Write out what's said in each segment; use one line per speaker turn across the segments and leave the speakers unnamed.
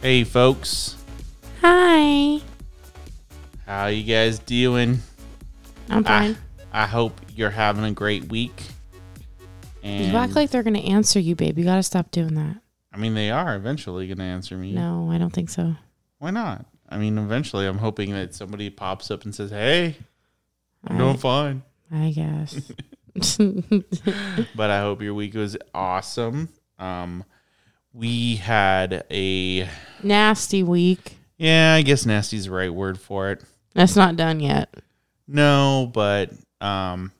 Hey, folks.
Hi.
How you guys doing? Ah.
I'm fine.
I, I hope you're having a great week. And
you act like they're gonna answer you, babe. You gotta stop doing that.
I mean, they are eventually going to answer me.
No, I don't think so.
Why not? I mean, eventually, I'm hoping that somebody pops up and says, "Hey, I'm
I,
doing fine."
I guess.
But I hope your week was awesome. Um, we had a
Nasty week.
yeah, I guess nasty's the right word for it.
That's not done yet.
No, but um,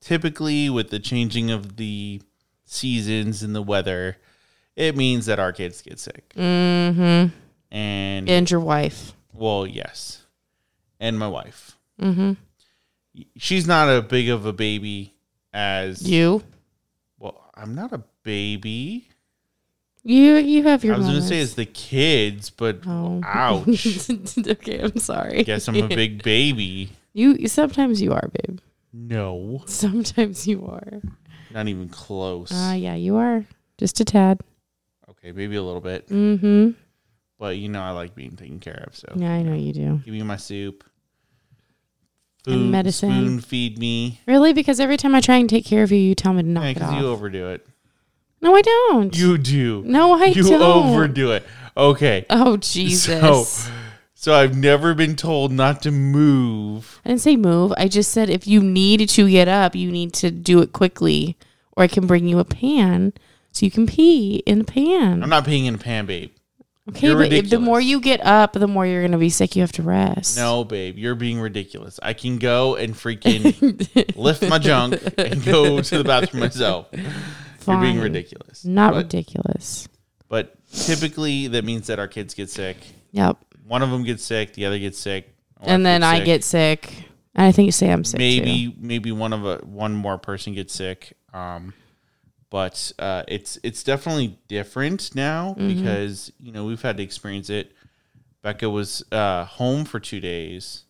typically with the changing of the seasons and the weather, it means that our kids get sick.
Mm-hmm.
And
And your wife.
well, yes, and my wife,
Mm-hmm.
she's not a big of a baby as
You.
Well, I'm not a baby.
You you have your
I was going to
moments.
say it's the kids, but
Oh.
ouch.
okay, I'm sorry.
Guess I'm a big baby.
You sometimes you are, babe.
No,
Sometimes you are.
not even close.
Uh yeah, you are. Just a tad.
okay, maybe a little bit,
Mm-hmm.
but you know I like being taken care of. So
Yeah, I know you do.
give me my soup,
And medicine.
spoon feed me.
Really? Because every time I try and take care of you, you tell me to knock it
Because
off.
you overdo it.
no, I don't.
You do.
no, I
you
don't.
overdo it. Okay,
Oh Jesus!
So- so I've never been told not to move.
I didn't say move. I just said if you need to get up, you need to do it quickly, or I can bring you a pan so you can pee in the pan.
I'm not peeing in a pan, babe.
okay,
you're
but if the
ridiculous.
more you get up, the more you're gonna be sick. You have to rest.
No, babe, you're being ridiculous. I can go and freaking lift my junk and go to the bathroom myself. You're being
Fine.
ridiculous.
not
but,
ridiculous.
but typically that means that our kids get sick.
Yep.
One of them gets sick, the other gets sick, or
and then I
sick.
get sick. And I think Sam's sick too.
maybe maybe one of a one more person gets sick. Um, but uh, it's it's definitely different now
Mm-hmm.
because you know we've had to experience it. Becca was uh, home for two days,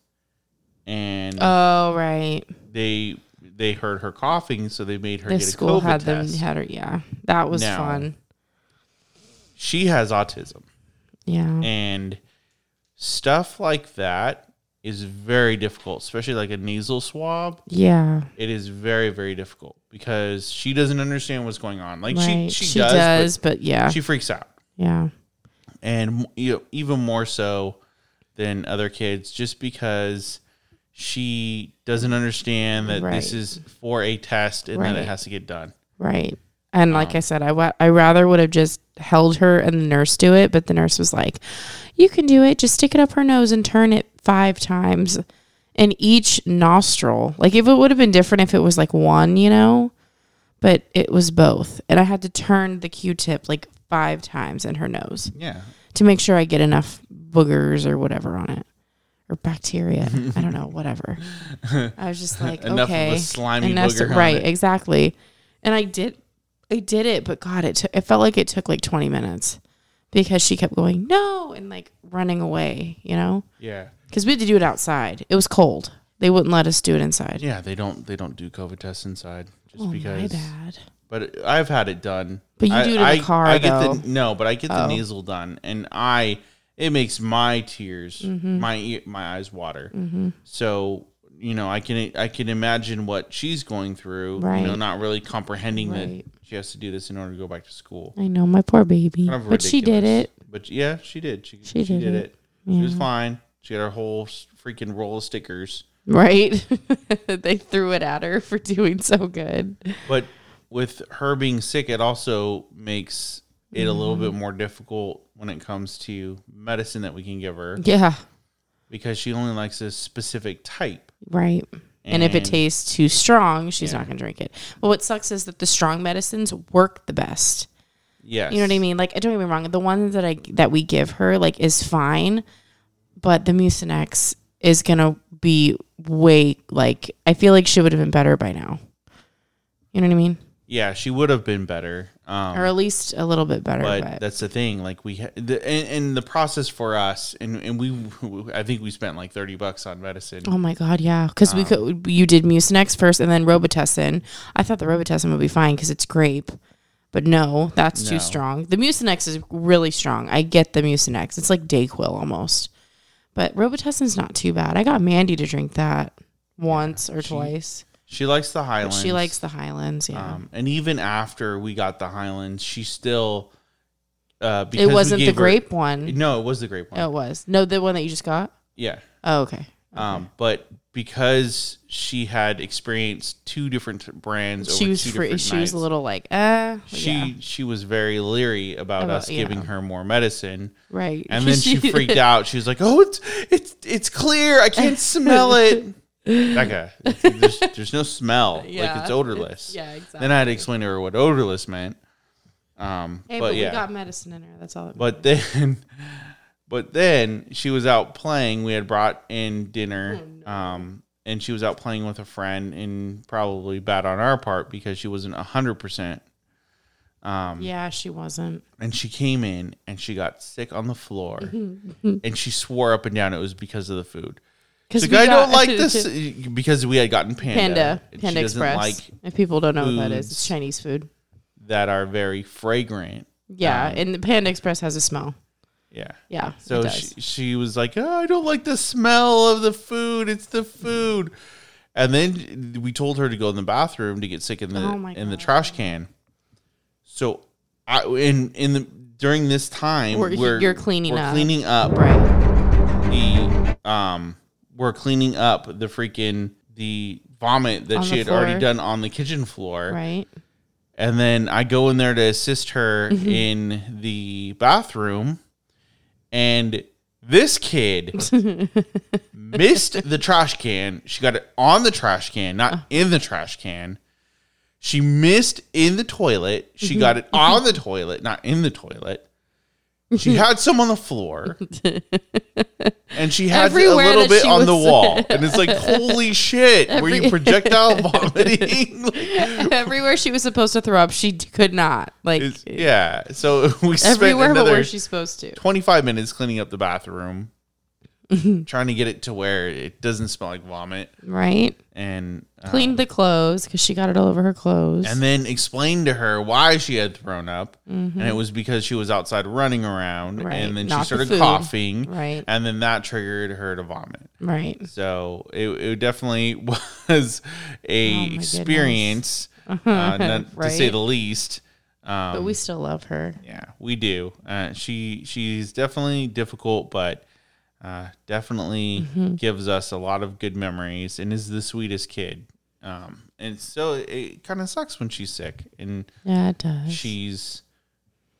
and
Oh right.
they they heard her coughing, so they made her
The
get a
school
COVID
had them
test.
had her. Yeah, that was
Now.
fun.
she has autism,
Yeah.
and stuff like that is very difficult, especially like a nasal swab.
yeah.
It is very very difficult because she doesn't understand what's going on. Like
right.
she, she does, does
but, yeah.
but she freaks out,
yeah.
and you know, even more so than other kids, just because. She doesn't understand that this
Right.
is for a test and that it
Right.
has to get done.
Right. And like I said, I wa- I rather would have just held her and the nurse do it, but the nurse was like, "You can do it. Just stick it up her nose and turn it five times in each nostril." Like if it would have been different if it was like one, you know, but it was both, and I had to turn the Q-tip like five times in her nose
Yeah,
to make sure I get enough boogers or whatever on it or bacteria. I don't know, whatever. I was just like,
Enough of
okay,
a slimy booger on
right,
it.
exactly. And I did, I did it, but God, it took, it felt like it took like twenty minutes because she kept going no and like running away, you know,
yeah.
because we had to do it outside. It was cold. They wouldn't let us do it inside.
Yeah, they don't they don't do COVID tests inside just
oh, my
because.
bad.
But I've had it done.
But you
I,
do it in the
I,
car,
I get
though.
the no, but I get the
Oh.
nasal done, and I it makes my tears,
Mm-hmm.
my ear my eyes water. So you know, I can I can imagine what she's going through. You know,
Right.
not really comprehending that
Right.
she has to do this in order to go back to school.
I know my poor baby,
Kind of
but she did
ridiculous.
it.
But yeah, she did. She she,
She
did,
did
it.
it.
She was fine. She got her whole s- freaking roll of stickers.
Right? they threw it at her for doing so good.
But with her being sick, it also makes it a little
Mm-hmm.
bit more difficult when it comes to medicine that we can give her
Yeah.
because she only likes a specific type.
Right. And, if it
And-
tastes too strong, she's not going to drink it. But what sucks is that the strong medicines work the best.
Yes.
You know what I mean? Like, don't get me wrong. The one that I that we give her like is fine, but the Mucinex is going to be way like I feel like she would have been better by now. You know what I mean?
Yeah, she would have been better. Um,
Or at least a little bit better.
but,
But,
that's the thing. Like we, ha- the, and, and the process for us, and and we, I think we spent like thirty bucks on medicine.
Oh my god, yeah, because we could. You did Mucinex first, and then Robitussin. I thought the Robitussin would be fine because it's grape, But no, that's
No.
too strong. The Mucinex is really strong. I get the Mucinex. It's like Dayquil almost. But Robitussin's not too bad. I got Mandy to drink that once or twice.
She likes the
But
Highlands.
she likes the Highlands, yeah.
Um, and even after we got the Highlands, she still. Uh, because
it
we
wasn't the
gave her-
grape one.
no, it was the grape one.
Oh, it was. No, the one that you just got?
Yeah.
Oh, okay.
Um, but because she had experienced two different brands,
she
over
was
two
free.
different
She was a
nights,
little like, uh,
She
yeah,
she was very leery about,
About-
us giving
yeah.
her more medicine,
right.
and then she freaked out. She was like, "Oh, it's it's it's clear. I can't smell it." Becca, there's, there's no smell. like it's odorless.
yeah, exactly.
Then I had to explain to her what odorless meant. Um,
hey,
but,
but,
yeah,
we got medicine in her. That's all. That
but then, but then she was out playing. We had brought in dinner,
Oh,
um, and she was out playing with a friend, and probably bad on our part because she wasn't hundred percent. Um,
yeah, she wasn't.
and she came in and she got sick on the floor, and she swore up and down it was because of the food.
Because
She's like, I don't like this because we had gotten panda.
Panda,
and
Panda
she doesn't
Express.
like
if people don't know what that is, it's
foods.
Chinese food.
that are very fragrant.
Yeah, and the Panda Express has a smell.
Yeah.
Yeah, it
Um, So
does.
she, she was like, oh, I don't like the smell of the food. It's the food. And then we told her to go in the bathroom to get sick in the
Oh my
in the
God.
trash can. So I in in the during this time
We're- you're cleaning
we're
up.
cleaning up
right.
the um we're cleaning up the freaking the vomit that
On
she
the
had already
floor.
done on the kitchen floor.
Right.
And then I go in there to assist her
Mm-hmm.
in the bathroom. And this kid missed the trash can. She got it on the trash can,
Uh.
not in the trash can. She missed in the toilet.
Mm-hmm.
She got it on the toilet, not in the toilet. She
Mm-hmm.
had some on the floor. and she had
Everywhere
a little
that
bit
she
on the
was-
wall. And it's like, holy shit, were you
Every-
projectile vomiting? Like,
Everywhere she was supposed to throw up, she d- could not. Like
it's- yeah. So we spent
everywhere but
another
where she's supposed to.
25 minutes cleaning up the bathroom, trying to get it to where it doesn't smell like vomit,
Right.
and uh,
Cleaned the clothes because she got it all over her clothes.
and then explained to her why she had thrown up, and it was because she was outside running around,
Mm-hmm. Right,
and then
not
she
the
started
food.
coughing,
Right.
and then that triggered her to vomit.
right.
So it, it definitely was a
Oh goodness.
experience, uh, not, to say
Right.
the least. Um,
But we still love her.
Yeah, we do. Uh, she she's definitely difficult, but uh, definitely
Mm-hmm.
gives us a lot of good memories and is the sweetest kid. Um, and so it kind of sucks when she's sick and
Yeah, it does.
she's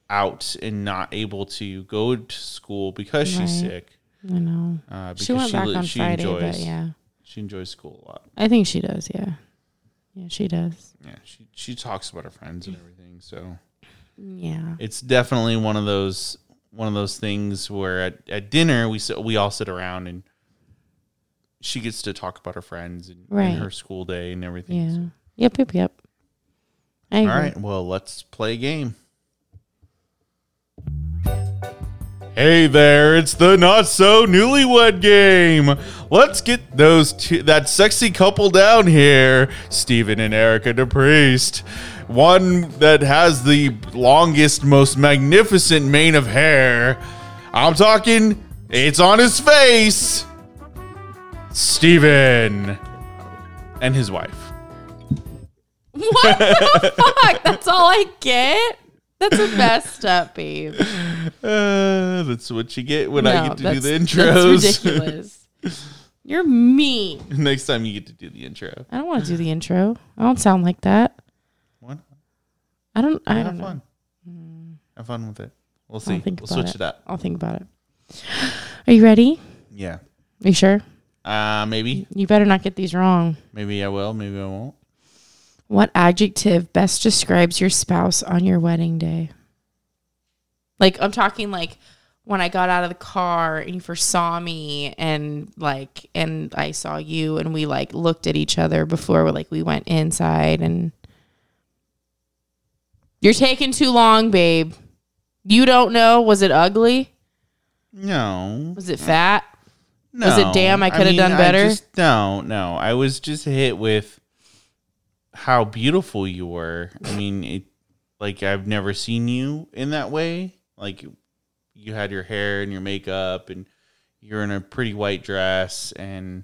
out and not able to go to school because she's
Right.
sick.
I know.
Uh, because
She went back
li-
on Friday, but yeah.
she enjoys school a lot.
I think she does, yeah. Yeah, she does.
Yeah, she she talks about her friends
Mm.
and everything. So
Yeah.
it's definitely one of those one of those things where at, at dinner we sit, we all sit around and she gets to talk about her friends and, and
Right.
her school day and everything.
Yeah. Yep, yep, yep. I
All
agree.
right, well, let's play a game. Hey there, it's the not so newlywed game. Let's get those two, that sexy couple down here, Steven and Erica DePriest. One that has the longest, most magnificent mane of hair. I'm talking, it's on his face. Steven and his wife.
What the fuck? That's all I get? That's a messed up, babe.
Uh, that's what you get when I get to do
that's-
the
That's
intros.
ridiculous. You're mean.
Next time you get to do the intro.
I don't want to do the intro. I don't sound like that.
Why not?
I don't. I
Have
don't know.
fun. Have fun with it. We'll
I'll
see.
think
We'll
about
switch it. up.
I'll think about it. Are you ready?
Yeah.
Are you sure?
Uh, maybe.
You better not get these wrong.
Maybe I will. Maybe I won't.
What adjective best describes your spouse on your wedding day? Like I'm talking like when I got out of the car and you first saw me and like and I saw you and we like looked at each other before we like we went inside and You're taking too long, babe. You don't know, was it ugly?
No.
Was it fat?
No.
it damn, I coulda done
I
better?
just- no, no. I was just hit with how beautiful you were. I mean, it, like I've never seen you in that way. Like you had your hair and your makeup and you're in a pretty white dress and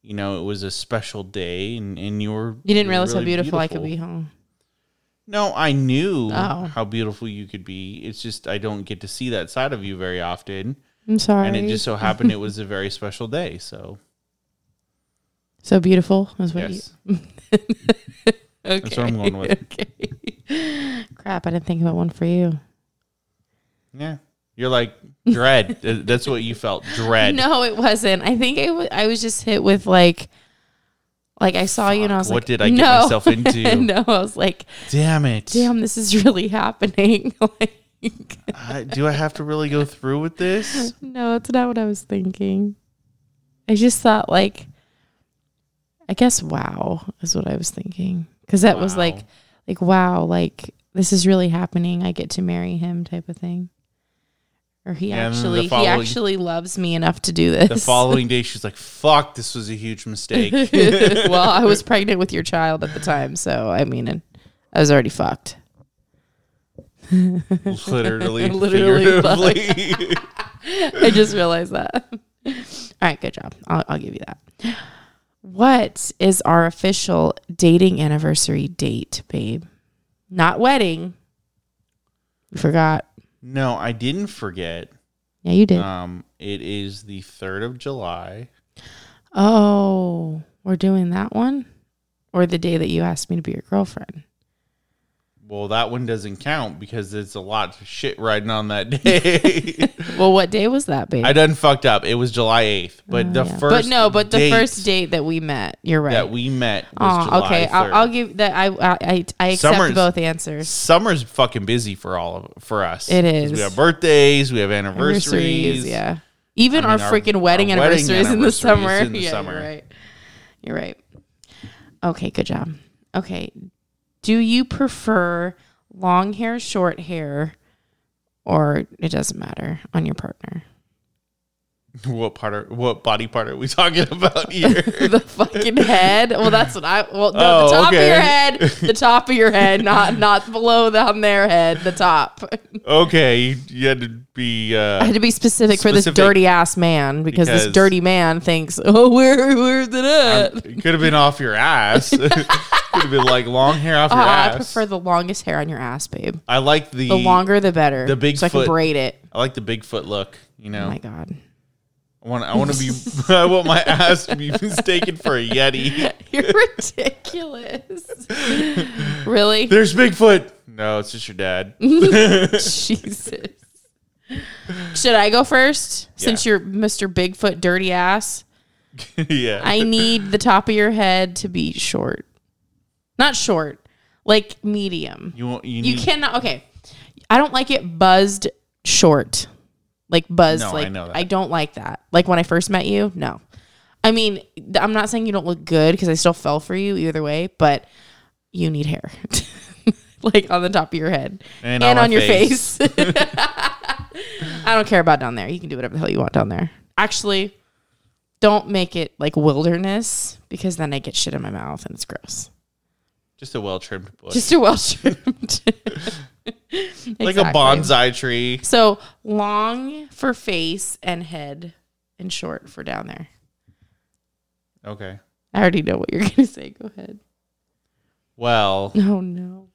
you know it was a special day and, and you were
You didn't
were
realize how
really
beautiful, I could be, huh?
no i knew
Oh.
how beautiful you could be it's just i don't get to see that side of you very often
I'm sorry.
and it just so happened it was a very special day so
so beautiful. That's what
yes
you. Okay.
that's what i'm going with
Okay. Crap! I didn't think about one for you.
yeah you're like dread Th- that's what you felt dread
No, it wasn't. I think I wa- I was just hit with like, like I saw you and I
Fuck,
was
what
like,
did I get
no.
myself into?
no, I was like,
damn it
damn, this is really happening. like,
I, do i have to really go through with this
no, that's not what I was thinking. I just thought like, I guess wow is what I was thinking because that was like,
Wow.
like wow, like this is really happening. I get to marry him, type of thing. Or he
Yeah, and then the
actually, he
following-
actually loves me enough to do this.
the following day she's like fuck this was a huge mistake
well, I was pregnant with your child at the time, so I mean, and I was already fucked.
literally,
Literally,
figuratively.
I just realized that. All right, good job. I'll, I'll give you that. What is our official dating anniversary date, babe? Not wedding. You forgot.
no, I didn't forget.
Yeah, you did.
Um, it is the third of July.
oh, we're doing that one? Or the day that you asked me to be your girlfriend?
Well, that one doesn't count because it's a lot of shit riding on that day.
Well, what day was that, babe?
I done fucked up. It was July eighth, but the
Oh, Yeah.
first,
But no, but the
date
first date that we met. You're right.
that we met was
Oh,
July
okay.
3rd.
I'll, I'll give that. I I I, I accept
Summer's-
both answers.
Summer's fucking busy for all of for us.
It
'Cause
is.
We have birthdays. We have anniversaries.
yeah. Even our
mean, our-
freaking wedding,
our wedding
anniversaries in the
anniversaries
summer.
in the
yeah,
summer.
you're right. You're right. Okay, good job. Okay, do you prefer long hair, short hair, or it doesn't matter on your partner?
What part? Are, what body part are we talking about here?
the fucking head. Well, that's what I. Well, no,
Oh,
the top
okay.
of your head, the top of your head, not not below the, on their head, the top.
okay, you, you had to be.
I
Uh,
had to be specific, for this
Specific.
dirty ass man because, this
Because-
dirty man thinks, oh, where where's it at?
It could have been off your ass. could have been like long hair off your
Uh,
ass.
I prefer the longest hair on your ass, babe.
I like the,
The longer, the better.
the big
so I can
foot.
braid it.
I like the Bigfoot look. You
Oh
know,
my god,
I want I want to be. I want my ass to be mistaken for a yeti.
you're ridiculous. really,
There's Bigfoot. No, it's just your dad.
Jesus. Should I go first since you're Mr. Bigfoot, dirty ass?
yeah.
I need the top of your head to be short, not short, like medium.
you want you,
You
need,
cannot. Okay, I don't like it buzzed short, like buzzed.
No, I
like
know that.
I don't like that. Like when I first met you, no. I mean, th- I'm not saying you don't look good because I still fell for you either way, but you need hair, like on the top of your head
And
and,
on
on,
my
your
face.
face. I don't care about down there. You can do whatever the hell you want down there. Actually, don't make it like wilderness because then I get shit in my mouth and it's gross.
just a well trimmed bush,
Just a well trimmed.
like a bonsai tree.
So long for face and head and short for down there.
Okay.
I already know what you're going to say. Go ahead.
Well,
Oh, no.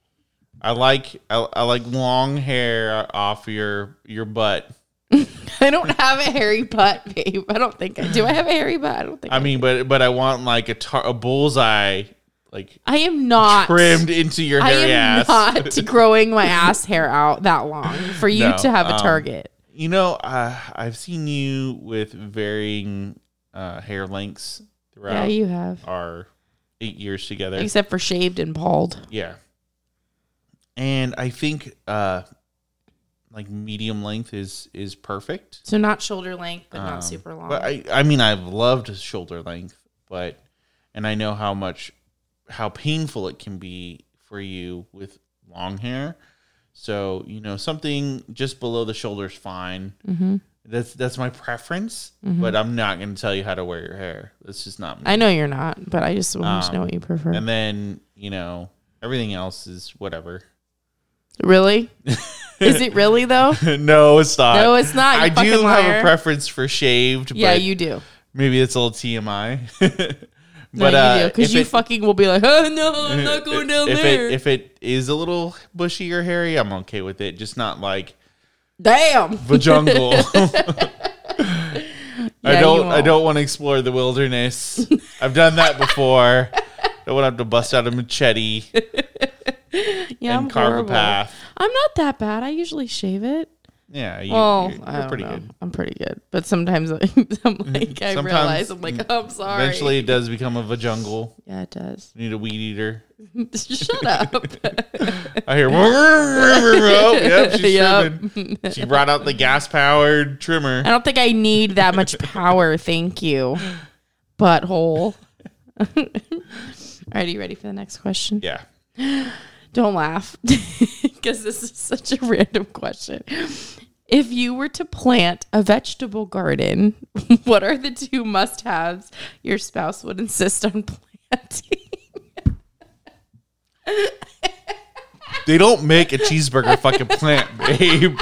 I like I, I like long hair off your your butt.
I don't have a hairy butt, babe. I don't think I do. I have a hairy butt. I don't think I,
I mean, but but I want like a tar- a bullseye like
I am not
trimmed into your
I
hairy
am
ass.
not growing my ass hair out that long for you
No,
to have a
um,
target.
You know, uh, I've seen you with varying uh, hair lengths throughout
Yeah, you have.
our eight years together.
Except for shaved and bald.
Yeah, and I think uh, like medium length is is perfect.
So not shoulder length, but
Um,
not super long.
But I, I mean, I've loved shoulder length, but and I know how much how painful it can be for you with long hair. So you know, something just below the shoulder's fine.
mm-hmm.
That's that's my preference,
Mhm.
but I'm not going to tell you how to wear your hair. That's just not me.
I know you're not, but I just want to
Um,
know what you prefer.
And then you know, everything else is whatever.
Really? Is it really though?
no, it's not.
No, it's not, you
I do
fucking
have
liar.
a preference for shaved.
Yeah,
but
you do.
Maybe it's a little TMI. but uh,
No, you do
if
because you
it-
fucking will be like, oh, no, I'm not going down
if
there.
It, if it is a little bushy or hairy, I'm okay with it. Just not like
Damn.
the jungle.
Yeah,
I
you
don't. I
won't.
don't want to explore the wilderness. I've done that before. I want to have to bust out a machete
Yeah,
and
I'm
carve
horrible.
a path.
I'm not that bad. I usually shave it.
Yeah, you,
Well,
you're,
I
you're
don't
pretty
know.
good.
I'm pretty good, but sometimes I- I'm like, I
Sometimes-
realize I'm like, oh, I'm sorry.
Eventually, it does become a jungle.
yeah, it does.
You need a weed eater.
Shut up.
I hear. oh, yep, she's
Yep.
trimming. She brought out the gas powered trimmer.
I don't think I need that much power. Thank you, butthole. Alright, you ready for the next question?
Yeah.
Don't laugh because this is such a random question. If you were to plant a vegetable garden, what are the two must haves your spouse would insist on planting?
They don't make a cheeseburger fucking plant, babe.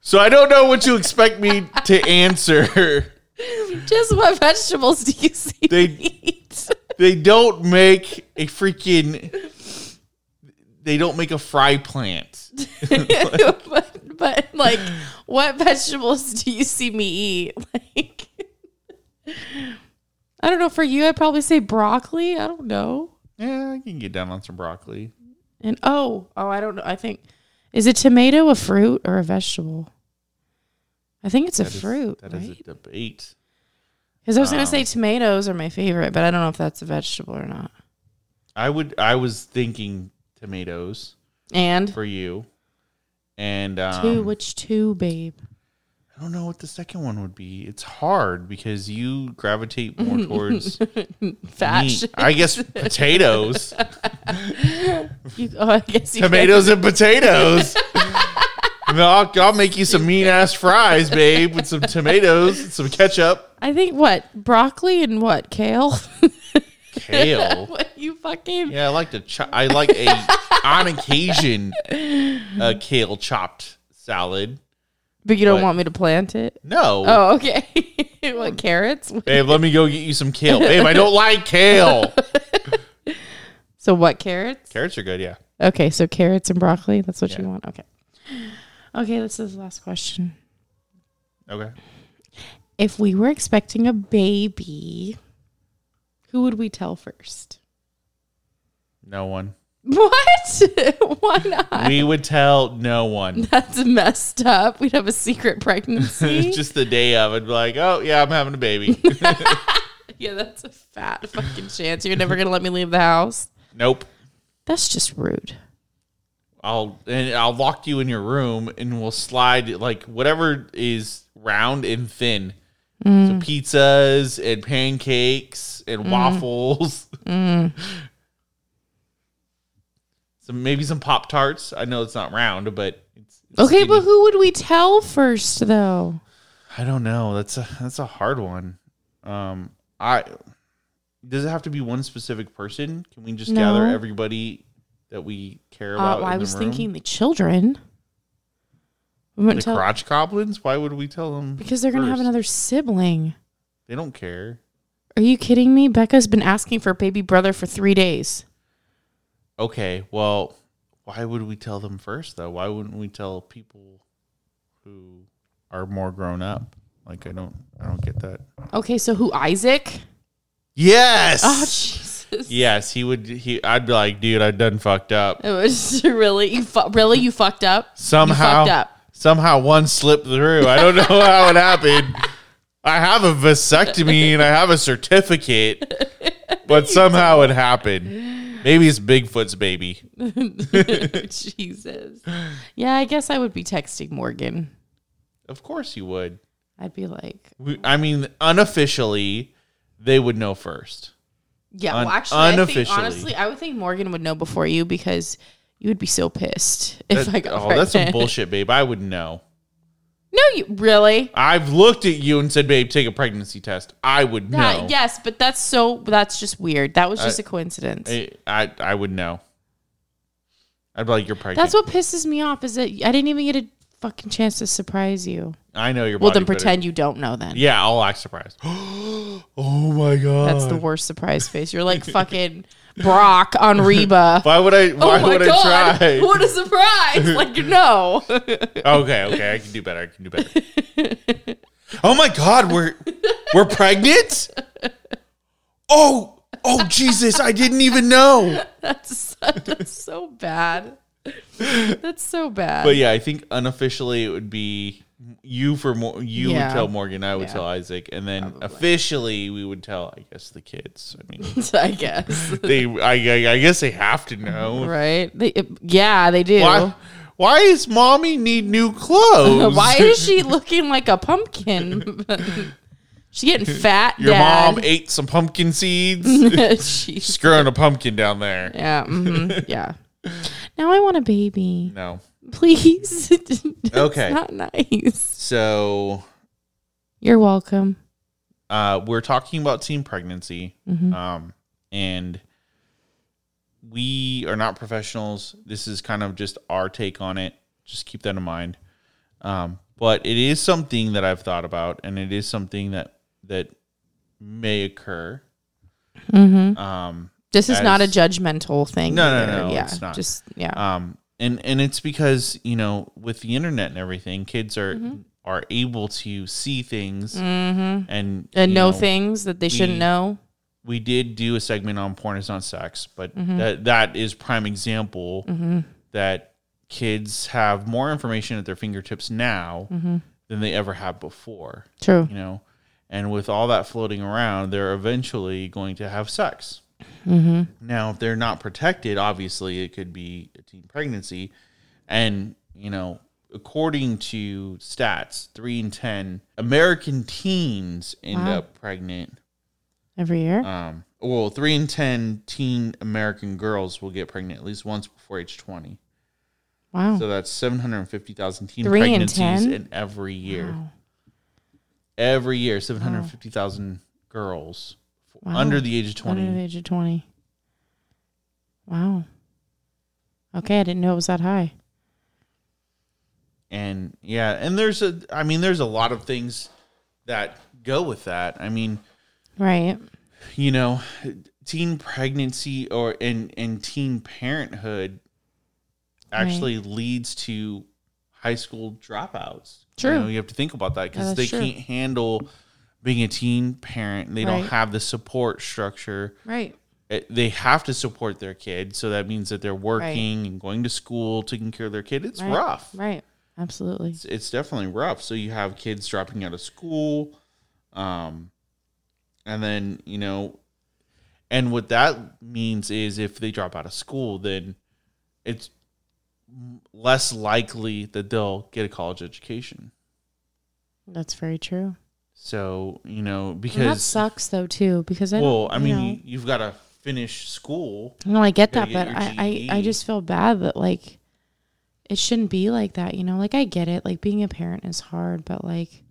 So I don't know what you expect me to answer.
Just what vegetables do you see?
They-
me eat?
They don't make a freaking. They don't make a fry plant.
but, but, like, what vegetables do you see me eat? Like, I don't know. For you, I'd probably say broccoli. I don't know.
Yeah, I can get down on some broccoli.
And oh, oh, I don't know. I think is a tomato a fruit or a vegetable? I think it's a
That is-
fruit,
That is
right?
a debate.
Because I was gonna
um,
say tomatoes are my favorite, but I don't know if that's a vegetable or not.
I would. I was thinking tomatoes
And
for you, and um,
two, which two, babe?
I don't know what the second one would be. It's hard because you gravitate more towards meat.
Fashion.
I guess potatoes,
You, oh, I guess you
tomatoes, and potatoes. No, I'll, I'll make you some mean ass fries, babe, with some tomatoes, and some ketchup,
I think what broccoli and what kale?
kale.
what you fucking
Yeah, I like to. Cho- I like a on occasion a kale chopped salad.
But you don't
What?
want me to plant it?
No,
Oh, okay. what carrots?
babe, let me go get you some kale, babe. I don't like kale.
So what carrots?
Carrots are good, yeah.
Okay, so carrots and broccoli. That's what you
Yeah.
want. Okay. Okay, this is the last question.
Okay,
If we were expecting a baby, who would we tell first?
no one.
What? Why not?
We would tell no one.
That's messed up. We'd have a secret pregnancy.
Just the day of, I'd be like, "Oh yeah, I'm having a baby."
yeah, that's a fat fucking chance. You're never gonna let me leave the house.
nope.
That's just rude.
I'll and I'll lock you in your room, and we'll slide like whatever is round and thin.
Mm.
So pizzas and pancakes and waffles.
Mm.
Some maybe some pop tarts. I know it's not round, but it's, it's
Okay, but
skinny.
who would we tell first though?
I don't know. That's a that's a hard one. Um, I does it have to be one specific person? Can we just gather
No.
everybody that we care
Uh,
about?
well,
in
I
the
was
room?
thinking the children. We wouldn't
the
tell
crotch goblins. Why would we tell them?
because they're going to have
first?
another sibling.
They don't care.
Are you kidding me? Becca's been asking for a baby brother for three days.
Okay. Well, why would we tell them first though? Why wouldn't we tell people who are more grown up? Like I don't, I don't get that.
Okay, so who? Isaac?
Yes.
Oh, Jesus.
yes. He would. He. I'd be like, dude, I done fucked up.
It was really, you fu- really, you fucked up?
somehow
You fucked up.
somehow one slipped through. I don't know how it happened. I have a vasectomy and I have a certificate, but somehow it happened. Maybe it's Bigfoot's baby.
Jesus. Yeah, I guess I would be texting Morgan.
Of course you would.
I'd be like,
We, I mean, unofficially, they would know first.
yeah,
Un-
well, actually, I think,
unofficially.
honestly, I would think Morgan would know before you because you would be so pissed if
That-
I got
oh,
pregnant.
that's some bullshit, babe. I would know.
No, you really?
I've looked at you and said, babe, take a pregnancy test. I would know.
That- yes, but that's so. That's just weird. That was just
I-
a coincidence.
I, I I would know. I'd be like, "You're pregnant."
That's what pisses me off is that I didn't even get a fucking chance to surprise you.
I know your
Well, then
body better.
pretend you don't know then.
Yeah, I'll act surprised. oh my god.
That's the worst surprise face. You're like fucking Brock on Reba.
Why would I? Why
oh my
would I
god!
try?
What a surprise! like no.
okay, okay, I can do better. I can do better. oh my god, we're we're pregnant. Oh, oh Jesus! I didn't even know.
That's, that's so bad. That's so bad.
But yeah, I think unofficially it would be you for more. You
Yeah.
would tell Morgan. I would
Yeah.
tell Isaac, and then officially we would tell. I guess the kids. I mean,
I guess.
they. I, I, I guess they have to know.
Right? They, yeah, they do.
Why?
Why,
Why is mommy need new clothes?
is she looking like a pumpkin? she getting fat,
Your
Dad.
mom ate some pumpkin seeds.
she,
She's growing a pumpkin down there.
yeah, mhm, yeah. Now I want a baby,
No.
please. It's
Okay.
not nice.
So
You're welcome.
uh, we're talking about teen pregnancy,
Mm-hmm.
um, and we are not professionals. This is kind of just our take on it. Just keep that in mind. Um, but it is something that I've thought about, and it is something that that may occur. Um,
Mm-hmm. This is not a
As-
judgmental thing.
No, no,
either.
no,
Yeah,
it's not.
just yeah.
um, and and it's because you know with the internet and everything, kids are are able to see things
mm-hmm.
and
And
you
know
know,
things that they
we-
shouldn't know.
we did do a segment on porn is not sex, but that that is prime example that kids have more information at their fingertips now than they ever have before.
True.
You know, and with all that floating around, they're eventually going to have sex. Now, if they're not protected, obviously it could be a teen pregnancy, and you know. According to stats, three in 10 American teens end
Wow.
up pregnant
Every year.
um, well, three in ten teen American girls will get pregnant at least once before age twenty.
wow.
So that's seven hundred fifty thousand teen
Oh. Three in
pregnancies
10?
in every year.
Wow.
Every year, seven hundred fifty thousand girls f-
Wow.
under the age of
Under the
twenty.
age of 20. Wow. Okay, I didn't know it was that high.
And yeah, and there's a, I mean, there's a lot of things that go with that. I mean,
Right.
you know, teen pregnancy or and and teen parenthood actually leads to high school dropouts.
True.
You, know, you have to think about that because
that's
they
true.
can't handle being a teen parent. and They don't
Right.
have the support structure.
Right.
Uh, They have to support their kid, so that means that they're working and going to school, taking care of their kid. It's
Right.
rough.
Right. Absolutely.
It's, it's definitely rough. So you have kids dropping out of school, um, and then you know, and what that means is if they drop out of school, then it's less likely that they'll get a college education.
That's very true.
So you know
And that
because
sucks though too because I
well,
don't,
I
you
mean
know.
you've got to finish school.
No, I get
gotta
that,
get
but
your
I, I, I
GED.
just feel bad that like it shouldn't be like that, you know. Like I get it, like being a parent is hard, but like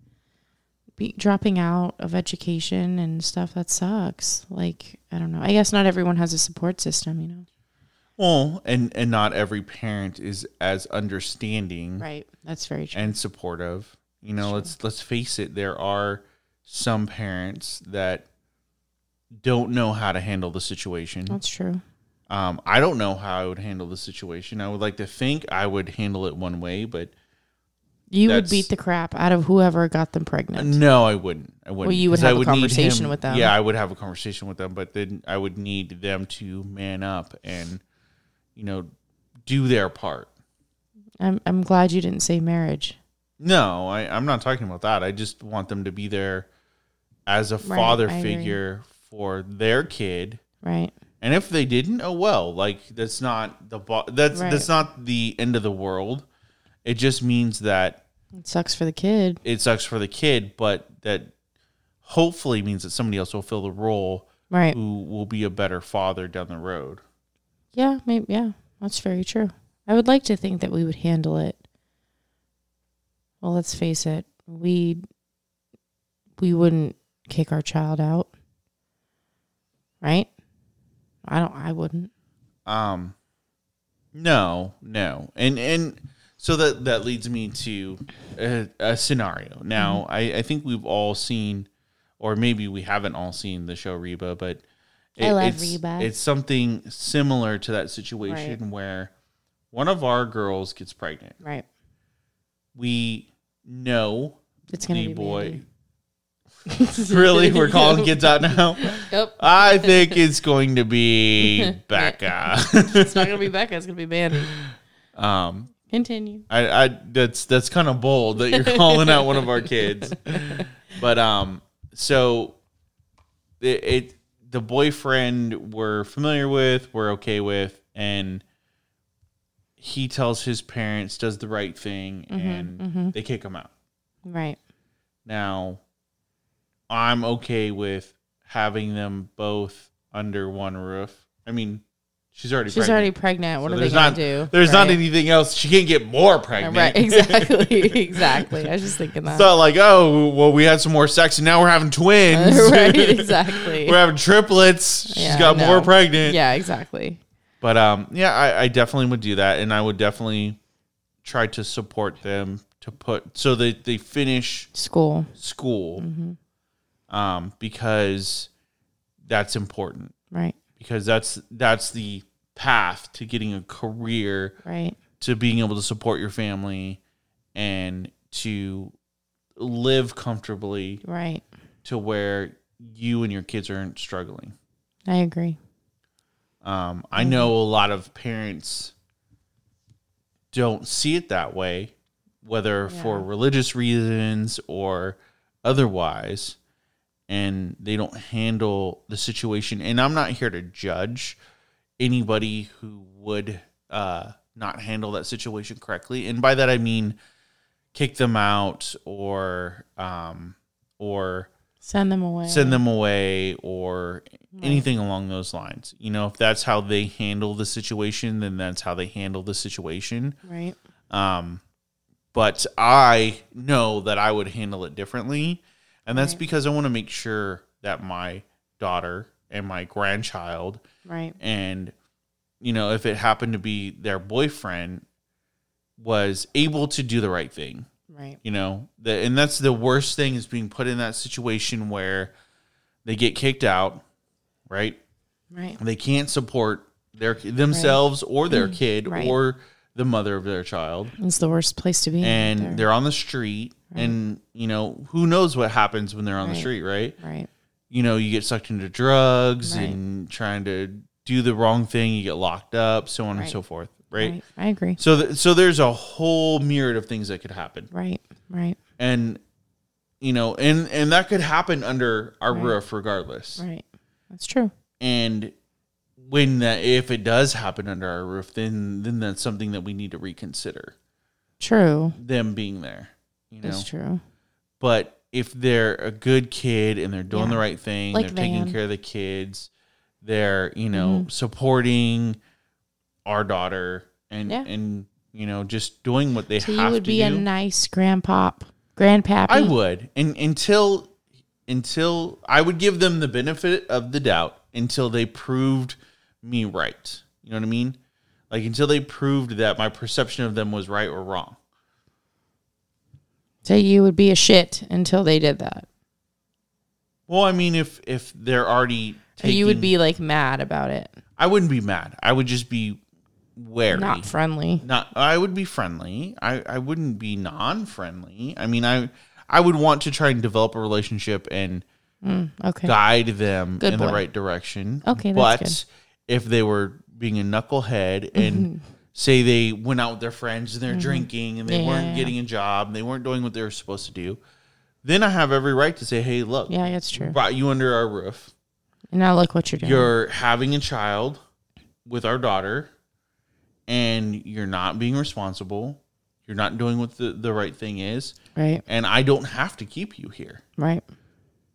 be, dropping out of education and stuff that sucks. Like I don't know. I guess not everyone has a support system, you
Mm-hmm.
know.
Well, and and not every parent is as understanding
Right. That's very true.
and supportive. You know, let's let's face it, there are some parents that don't know how to handle the situation.
That's true.
Um, I don't know how I would handle the situation. I would like to think I would handle it one way, but
You would
That's-
beat the crap out of whoever got them pregnant.
no, I wouldn't. I wouldn't.
you would
'cause I
have a
need
conversation
him-
with them.
Yeah, I would have a conversation with them, but then I would need them to man up and you know do their part.
I'm I'm glad you didn't say marriage.
No, I, I'm not talking about that. I just want them to be there as a
Right,
father
I agree.
figure for their kid.
Right.
And if they didn't, oh well. Like that's not the bo- that's
Right.
that's not the end of the world. It just means that
It sucks for the kid.
it sucks for the kid, but that hopefully means that somebody else will fill the role
Right.
who will be a better father down the road.
Yeah, maybe yeah. That's very true. I would like to think that we would handle it. Well, let's face it. We we wouldn't kick our child out. Right? I don't I wouldn't.
Um No, no, and and so that that leads me to a, a scenario. Now, I, I think we've all seen, or maybe we haven't all seen the show Reba, but
I love
it's,
Reba.
It's something similar to that situation where one of our girls gets pregnant.
Right.
We know
It's gonna
the
be
boy. really, we're calling kids out now.
Nope.
I think it's going to be Becca.
It's not gonna be Becca. It's gonna be Mandy.
um,
Continue.
I, I that's that's kind of bold that you're calling out one of our kids, but um, so it, it the boyfriend we're familiar with, we're okay with, and he tells his parents does the right thing,
Mm-hmm,
and they kick him out.
Right.
Now, I'm okay with having them both under one roof. I mean, she's already
She's
pregnant.
already pregnant. What
So
are they
there's
gonna
not,
do?
There's not
Right.
anything else. She can't get more pregnant.
Right. Exactly. exactly. I was just thinking that.
It's not like, oh, well, we had some more sex and now we're having twins.
right. Exactly.
we're having triplets. She's
Yeah,
got
no.
more pregnant.
Yeah. Exactly.
But um, yeah, I, I definitely would do that, and I would definitely try to support them to put so that they finish
School.
school,
Mm-hmm.
um, because that's important
Right.
because that's that's the path to getting a career
Right.
to being able to support your family and to live comfortably
Right.
to where you and your kids aren't struggling.
I agree.
Um, I know a lot of parents don't see it that way, whether for religious reasons or otherwise, and they don't handle the situation. And I'm not here to judge anybody who would uh, not handle that situation correctly. And by that, I mean kick them out or um, or
Send them away.
send them away or anything along those lines. You know, if that's how they handle the situation, then that's how they handle the situation.
Right.
Um, but I know that I would handle it differently. And that's because I want to make sure that my daughter and my grandchild
Right.
and you know if it happened to be their boyfriend was able to do the right thing
Right.
you know the, and that's the worst thing is being put in that situation where they get kicked out right
Right.
they can't support their themselves or their kid
Mm-hmm. Right.
or the mother of their child
It's the worst place to be.
and
There.
they're on the street and you know who knows what happens when they're on the
Right.
street right
Right.
you know you get sucked into drugs
Right.
and trying to do the wrong thing you get locked up so on and
Right.
so forth right,
Right. I agree.
so th- so there's a whole myriad of things that could happen
Right. Right.
and you know and and that could happen under our roof regardless
Right. That's true.
and when that if it does happen under our roof then then that's something that we need to reconsider
True.
them being there you know
That's true.
but if they're a good kid and they're doing
Yeah.
the right thing
Like
they're taking
Van. Mm-hmm.
care of the kids they're you know supporting our daughter and
Yeah.
and you know just doing what they
So
have
you would
to
be
do
a nice grandpop, grandpappy.
I would, and until until I would give them the benefit of the doubt until they proved me right. You know what I mean? Like until they proved that my perception of them was right or wrong.
So you would be a shit until they did that.
Well, I mean, if if they're already
So
taking,
you would be like mad about it,
I wouldn't be mad. I would just be wary.
not friendly.
not I would be friendly. I I wouldn't be non-friendly. I mean, I I would want to try and develop a relationship and
Okay.
guide them
Good
in the
boy.
right direction.
Okay,
but
that's
if they were being a knucklehead
Mm-hmm.
and say they went out with their friends and they're drinking and they
Yeah,
weren't
yeah, yeah.
getting a job and they weren't doing what they were supposed to do, then I have every right to say, "Hey, look,
Yeah, that's
we
true.
brought you under our roof.
And now look what you're doing.
You're having a child with our daughter, and you're not being responsible. You're not doing what the, the right thing is,
right.
and I don't have to keep you here."
Right.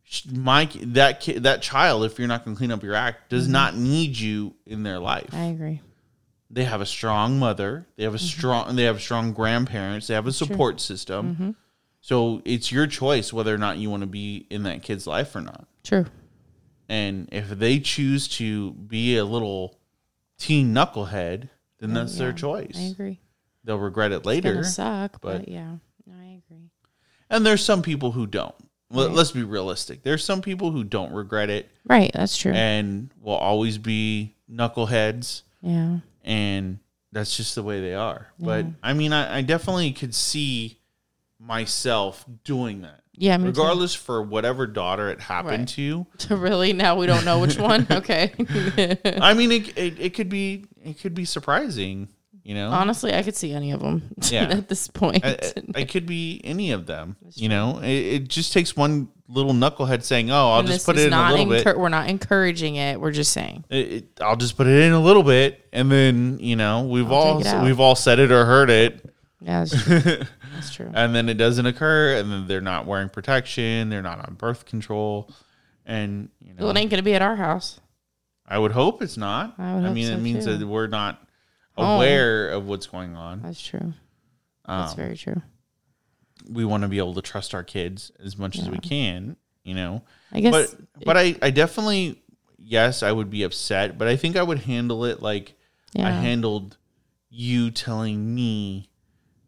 sh- my ki- that kid that child if you're not going to clean up your act
Mm-hmm.
does not need you in their life
I agree.
they have a strong mother they have a
Mm-hmm.
strong they have strong grandparents they have a support system
Mm-hmm.
so it's your choice whether or not you want to be in that kid's life or not
True.
and if they choose to be a little teen knucklehead then that's their choice.
I agree.
They'll regret it
It's gonna
later.
suck, but,
but-
yeah, No, I agree.
And there's some people who don't. Let,
Right.
Let's be realistic. There's some people who don't regret it
Right, that's true.
and will always be knuckleheads,
yeah,
and that's just the way they are. But
Yeah.
I mean, I, I definitely could see myself doing that,
yeah. Me too.
regardless for whatever daughter it happened
Right.
to.
really, now we don't know which one. Okay.
I mean, it, it it could be it could be surprising, you know.
Honestly, I could see any of them
Yeah.
at this point.
I- I- it could be any of them. You know, it, it just takes one little knucklehead saying, "Oh, I'll
And
just
this
put
is
it in a
not
little bit."
encour- We're not encouraging it. We're just saying.
It, it- I'll just put it in a little bit, and then you know we've
I'll
all
take it out.
we've all said it or heard it,
Yeah, that's true. that's true.
and then it doesn't occur, and then they're not wearing protection, they're not on birth control, and you know
Well, it ain't gonna be at our house.
I would hope it's not.
I would hope
mean, it
so,
means
too.
that we're not
Oh.
aware of what's going on.
That's true. That's
Um,
very true.
We want to be able to trust our kids as much as we can, you know.
I guess.
but but I, I definitely yes i would be upset but i think i would handle it like i
yeah.
handled you telling me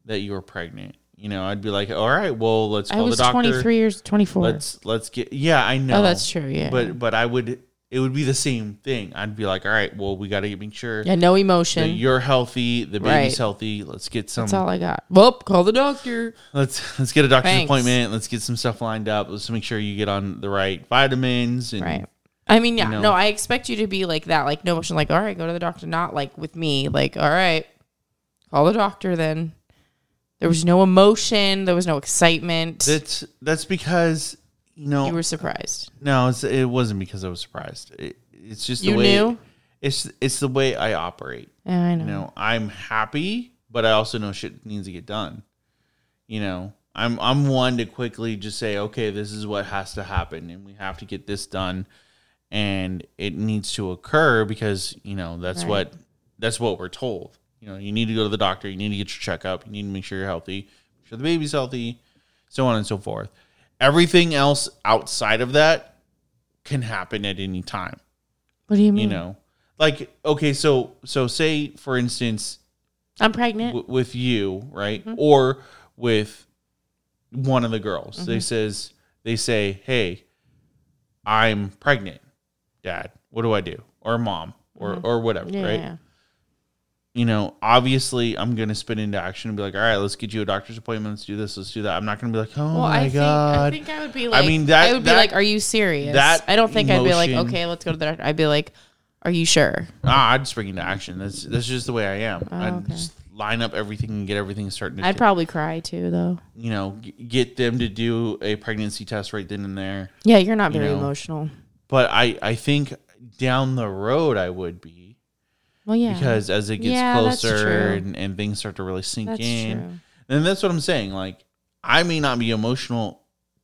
that you were pregnant you know i'd be like all right well let's
I
call
was
the doctor
23 years, 24.
let's let's get yeah i know
oh, that's true. Yeah.
but but i would it would be the same thing i'd be like all right well we got to make sure
yeah, no
that
emotion.
you're healthy the baby's
Right.
healthy let's get some
That's all I got. Well, call the doctor.
let's let's get a doctor's
Thanks.
appointment let's get some stuff lined up let's make sure you get on the right vitamins and
Right. I mean, yeah,
know.
no, I expect you to be like that, like no emotion, like all right, go to the doctor, not like with me, like all right, call the doctor. Then there was no emotion, there was no excitement.
That's that's because you know
you were surprised.
no, it's, it wasn't because I was surprised. It, it's just the
You
way
knew?
it's it's the way I operate.
Yeah, I know.
You know, I'm happy, but I also know shit needs to get done. You know, I'm I'm one to quickly just say, okay, this is what has to happen, and we have to get this done, and it needs to occur because you know that's
Right.
what that's what we're told. You know, you need to go to the doctor, you need to get your checkup, you need to make sure you're healthy, make sure the baby's healthy, so on and so forth. Everything else outside of that can happen at any time
What do you
you
mean?
know like okay so so say for instance
I'm pregnant.
w- with you right
Mm-hmm.
or with one of the girls
Mm-hmm.
they says they say hey i'm pregnant dad what do i do or mom or or whatever
Mm-hmm. yeah,
right
yeah.
you know obviously i'm gonna spin into action and be like all right let's get you a doctor's appointment let's do this let's do that i'm not gonna be like oh
Well,
my
I
god
think I think I would be like. I
mean,
mean,
that-
I would
that-
be like, "Are you serious?"
that
I don't think I'd be like,
emotion-
"Okay, let's go to the doctor." I'd be like, "Are you sure?"
ah, i'd spring into action that's that's just the way i am i
Oh, okay.
just line up everything and get everything starting to
I'd probably cry too, though.
you know, g- get them to do a pregnancy test right then and there.
Yeah, you're not very
know.
emotional.
But I, I think down the road I would be
Well, yeah,
because as it gets
Yeah, that's
closer
true.
and, and things start to really sink
that's
in,
true.
and that's what I'm saying. Like, I may not be emotional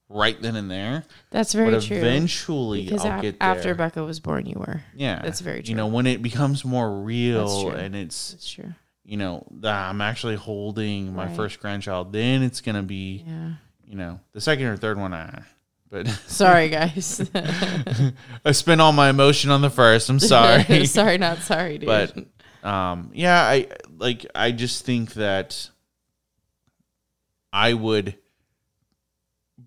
right then and there,
That's very
but
true.
eventually
because
I'll
af-
get there.
after Becca was born, you were.
yeah,
that's very
You
true.
know, when it becomes more real
true.
and it's
That's true.
you know that I'm actually holding my
Right.
first grandchild, then it's gonna be
Yeah.
you know the second or third one. I, but.
Sorry, guys.
I spent all my emotion on the first. I'm sorry.
sorry, not sorry, dude.
But- um, yeah, I like I just think that I would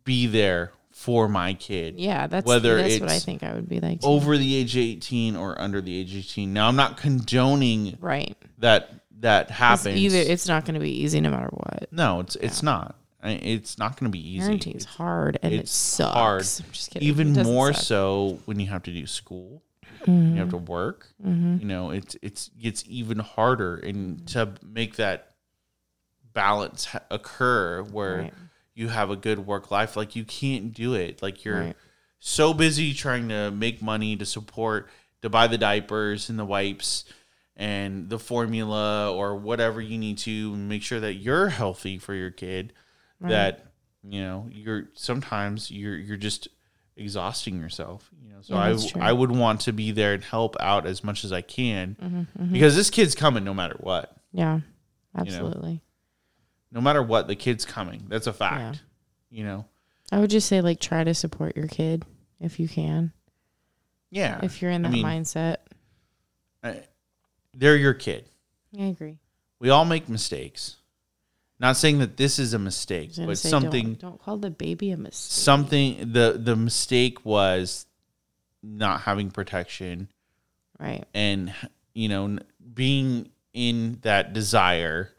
be there for my kid
yeah, that's
whether
that's what I
it's
think I would be like. too.
over the age of 18 or under the age of 18. Now I'm not condoning
right.
that that
It's
happens.
either it's not going to be easy no matter what.
no, it's it's not. I, it's not going to be easy.
Parenting's hard and it
It's
sucks.
hard.
I'm just kidding.
Even
It doesn't
more
suck.
so when you have to do school.
Mhm.
you have to work
Mm-hmm.
you know it's it's gets even harder and to make that balance ha- occur where
Right.
you have a good work life like you can't do it like you're
Right.
so busy trying to make money to support to buy the diapers and the wipes and the formula or whatever you need to make sure that you're healthy for your kid that you know you're sometimes you're you're just exhausting yourself you know so
Yeah, that's true.
i i would want to be there and help out as much as i can
Mm-hmm,
because this kid's coming no matter what
Yeah, absolutely.
no matter what the kid's coming that's a fact you know
I would just say like try to support your kid if you can,
yeah
if you're in
Uh, I
that
mean,
mindset.
I- they're your kid
I agree.
We all make mistakes. Not saying that this is a mistake,
I was gonna
but
say,
something
Don't, don't call the baby a mistake.
something the the mistake was not having protection
right.
and you know n- being in that desire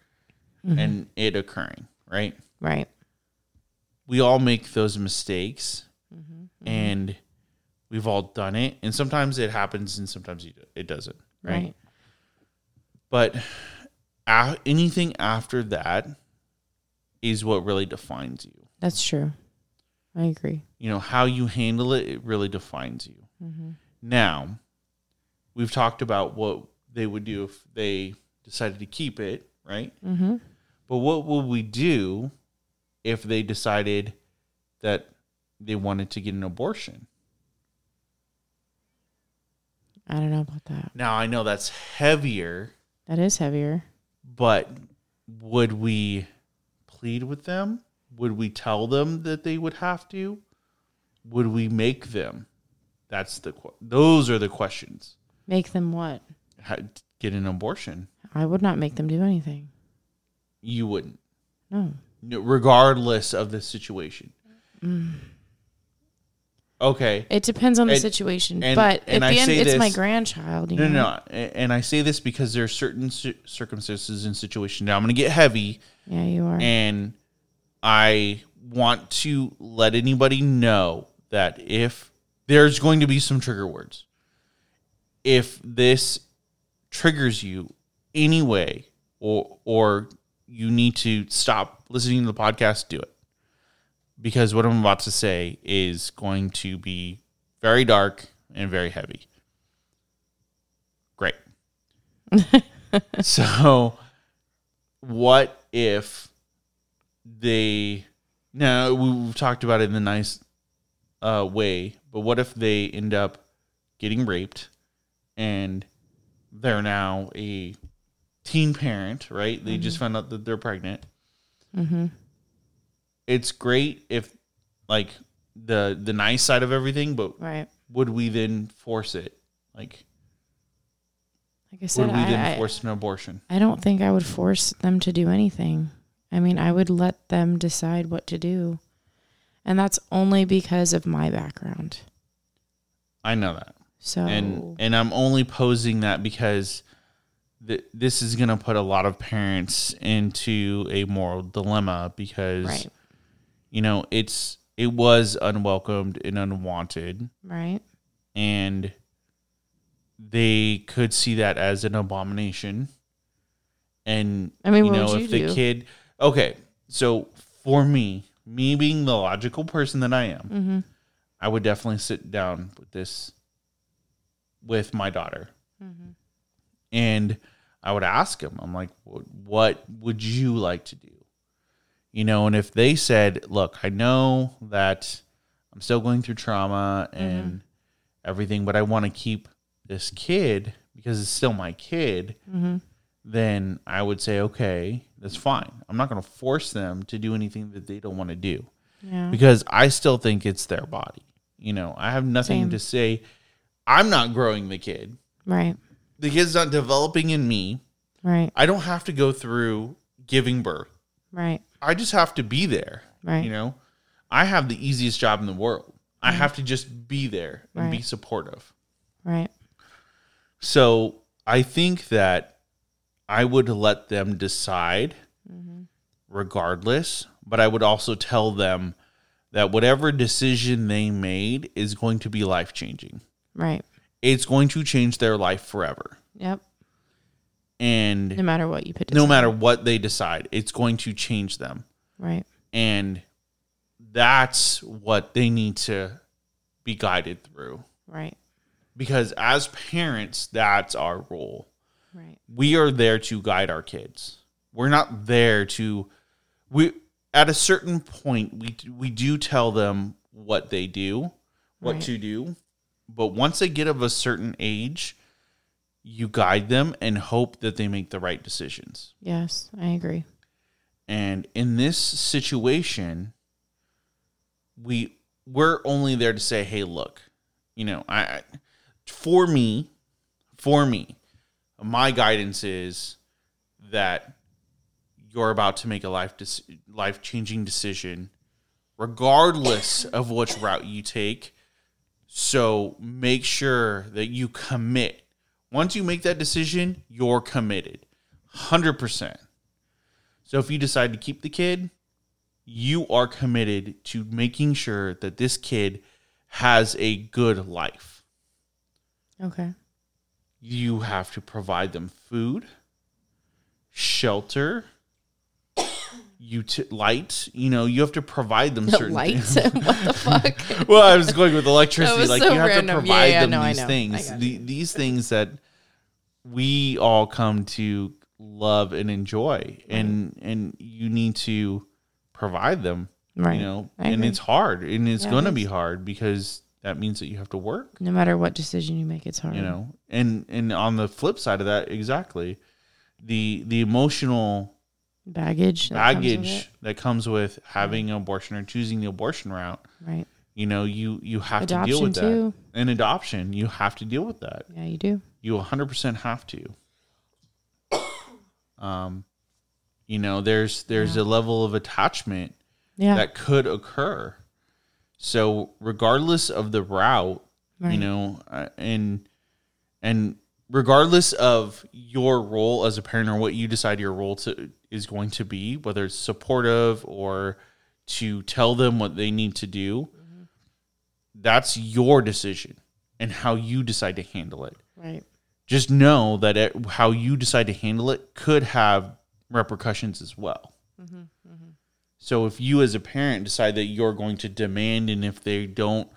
Mm-hmm.
and it occurring, right?
Right.
we all make those mistakes
Mm-hmm.
and we've all done it and sometimes it happens and sometimes you- it doesn't right,
Right.
but a- anything after that is what really defines you
That's true. I agree.
you know how you handle it it really defines you
Mm-hmm.
now we've talked about what they would do if they decided to keep it right
Mm-hmm.
but what would we do if they decided that they wanted to get an abortion
I don't know about that.
Now I know that's heavier,
That is heavier.
but would we plead with them? Would we tell them that they would have to? Would we make them? That's the que- those are the questions.
Make them what?
How, get an abortion?
I would not make them do anything.
You wouldn't,
No.
No, regardless of the situation. Okay,
It depends on the
And-
situation.
and-
but
and
at the
I
end,
say
it's my
this-
grandchild. You
No,
know?
no, no. A- And I say this because there are certain cir- circumstances and situations. Now I'm going to get heavy,
Yeah, you are.
and I want to let anybody know that if there's going to be some trigger words, if this triggers you anyway, or or you need to stop listening to the podcast, do it because what I'm about to say is going to be very dark and very heavy. Great. so, what if they? Now we- we've talked about it in the nice uh, way, but what if they end up getting raped, and they're now a teen parent, right? They just found out that they're pregnant
mm-hmm.
it's great if like the the nice side of everything, but
Right.
would we then force it? Like
Like I
would
said,
we then
I, I,
force an abortion?
I don't think I would force them to do anything. I mean, I would let them decide what to do. And that's only because of my background.
I know that.
So,
And and I'm only posing that because th- this is going to put a lot of parents into a moral dilemma because
right,
you know, it's it was unwelcomed and unwanted
right,
and they could see that as an abomination. And
I mean,
you
what
know,
would
if
you
the
do?
kid, okay, so for me, me being the logical person that I am,
mm-hmm.
I would definitely sit down with this with my daughter,
Mhm.
and I would ask him, I'm like, "What- what would you like to do? You know, and if they said, look, I know that I'm still going through trauma
Mm-hmm.
and everything, but I want to keep this kid because it's still my kid,
Mm-hmm.
then I would say, okay, that's fine. I'm not going to force them to do anything that they don't want to do
yeah,
because I still think it's their body. You know, I have nothing
Same.
to say. I'm not growing the kid.
right,
The kid's not developing in me.
right,
I don't have to go through giving birth.
right,
I just have to be there.
right, Mm-hmm.
You know, I have the easiest job in the world. I have to just be there and be
Right.
supportive.
right,
So I think that I would let them decide Mm-hmm. regardless, but I would also tell them that whatever decision they made is going to be life changing.
right.
It's going to change their life forever.
Yep.
And
No matter what you put,
no
decide.
matter what they decide, it's going to change them.
Right.
And that's what they need to be guided through.
Right.
Because as parents, that's our role.
Right.
we are there to guide our kids. We're not there to we at a certain point we we do tell them what they do, what
Right.
to do, but once they get of a certain age, you guide them and hope that they make the right decisions.
Yes, I agree.
And in this situation, we we're only there to say, "Hey, look, you know, I, I for me, for me, my guidance is that you're about to make a life dec- life changing decision, regardless of which route you take. So make sure that you commit. Once you make that decision, you're committed, hundred percent. So if you decide to keep the kid, you are committed to making sure that this kid has a good life.
Okay.
You have to provide them food, shelter, ut- light. You know, you have to provide them certain
Lights.
things.
what the fuck?
well, I was going with electricity.
was
Like
so
you have
random.
to
Yeah,
provide
yeah,
them
no, I
these
know. I
things,
got
the, these things that we all come to love and enjoy, and and you need to provide them.
Right.
You know,
I
and
agree.
it's hard, and it's
Yeah, it
going to
is.
be hard because that means that you have to work.
No matter what decision you make, it's hard.
You know, and and on the flip side of that, exactly, the the emotional
baggage. that comes with
baggage
it.
that comes with having an abortion or choosing the abortion route
Right.
you know you you have to deal
Adoption,
with that
too.
and adoption you have to deal with that
Yeah, you do.
you 100% have to um you know there's there's a level of attachment
Yeah.
that could occur so regardless of the route you
Right.
know uh, and and regardless of your role as a parent or what you decide your role to is going to be whether it's supportive or to tell them what they need to do
Mm-hmm.
that's your decision and how you decide to handle it
right.
just know that it, how you decide to handle it could have repercussions as well. So if you as a parent decide that you're going to demand, and if they don't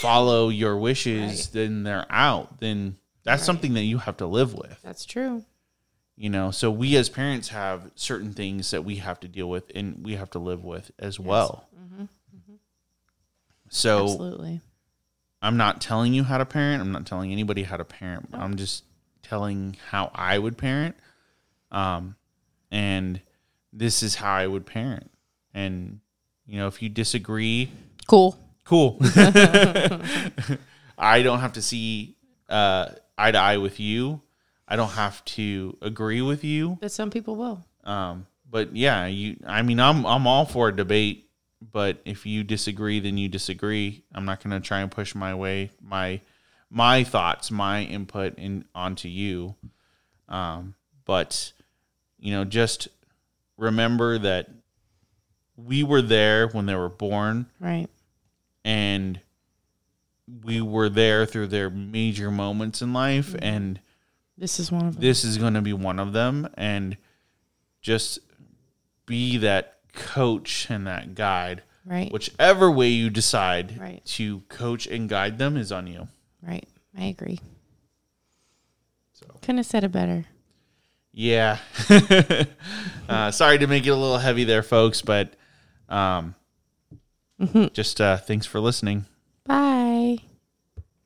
follow your wishes, then they're out. Then that's something that you have to live with
That's true.
you know so we as parents have certain things that we have to deal with and we have to live with as well
Mm-hmm.
so
Absolutely.
i'm not telling you how to parent i'm not telling anybody how to parent i'm just telling how i would parent um and this is how i would parent and you know if you disagree
Cool.
cool i don't have to see uh eye to eye with you i don't have to agree with you
But some people will.
um, but yeah, you. I mean, I'm I'm all for a debate, but if you disagree, then you disagree. I'm not going to try and push my way my my thoughts, my input in onto you. Um, but you know, just remember that we were there when they were born,
Right.
and we were there through their major moments in life, and
This is one of them.
this is going to be one of them and just be that coach and that guide
right.
whichever way you decide
Right.
to coach and guide them is on you
right. I agree.
So.
Couldn't have said it better.
yeah uh, sorry to make it a little heavy there folks but um, just uh, thanks for listening
Bye.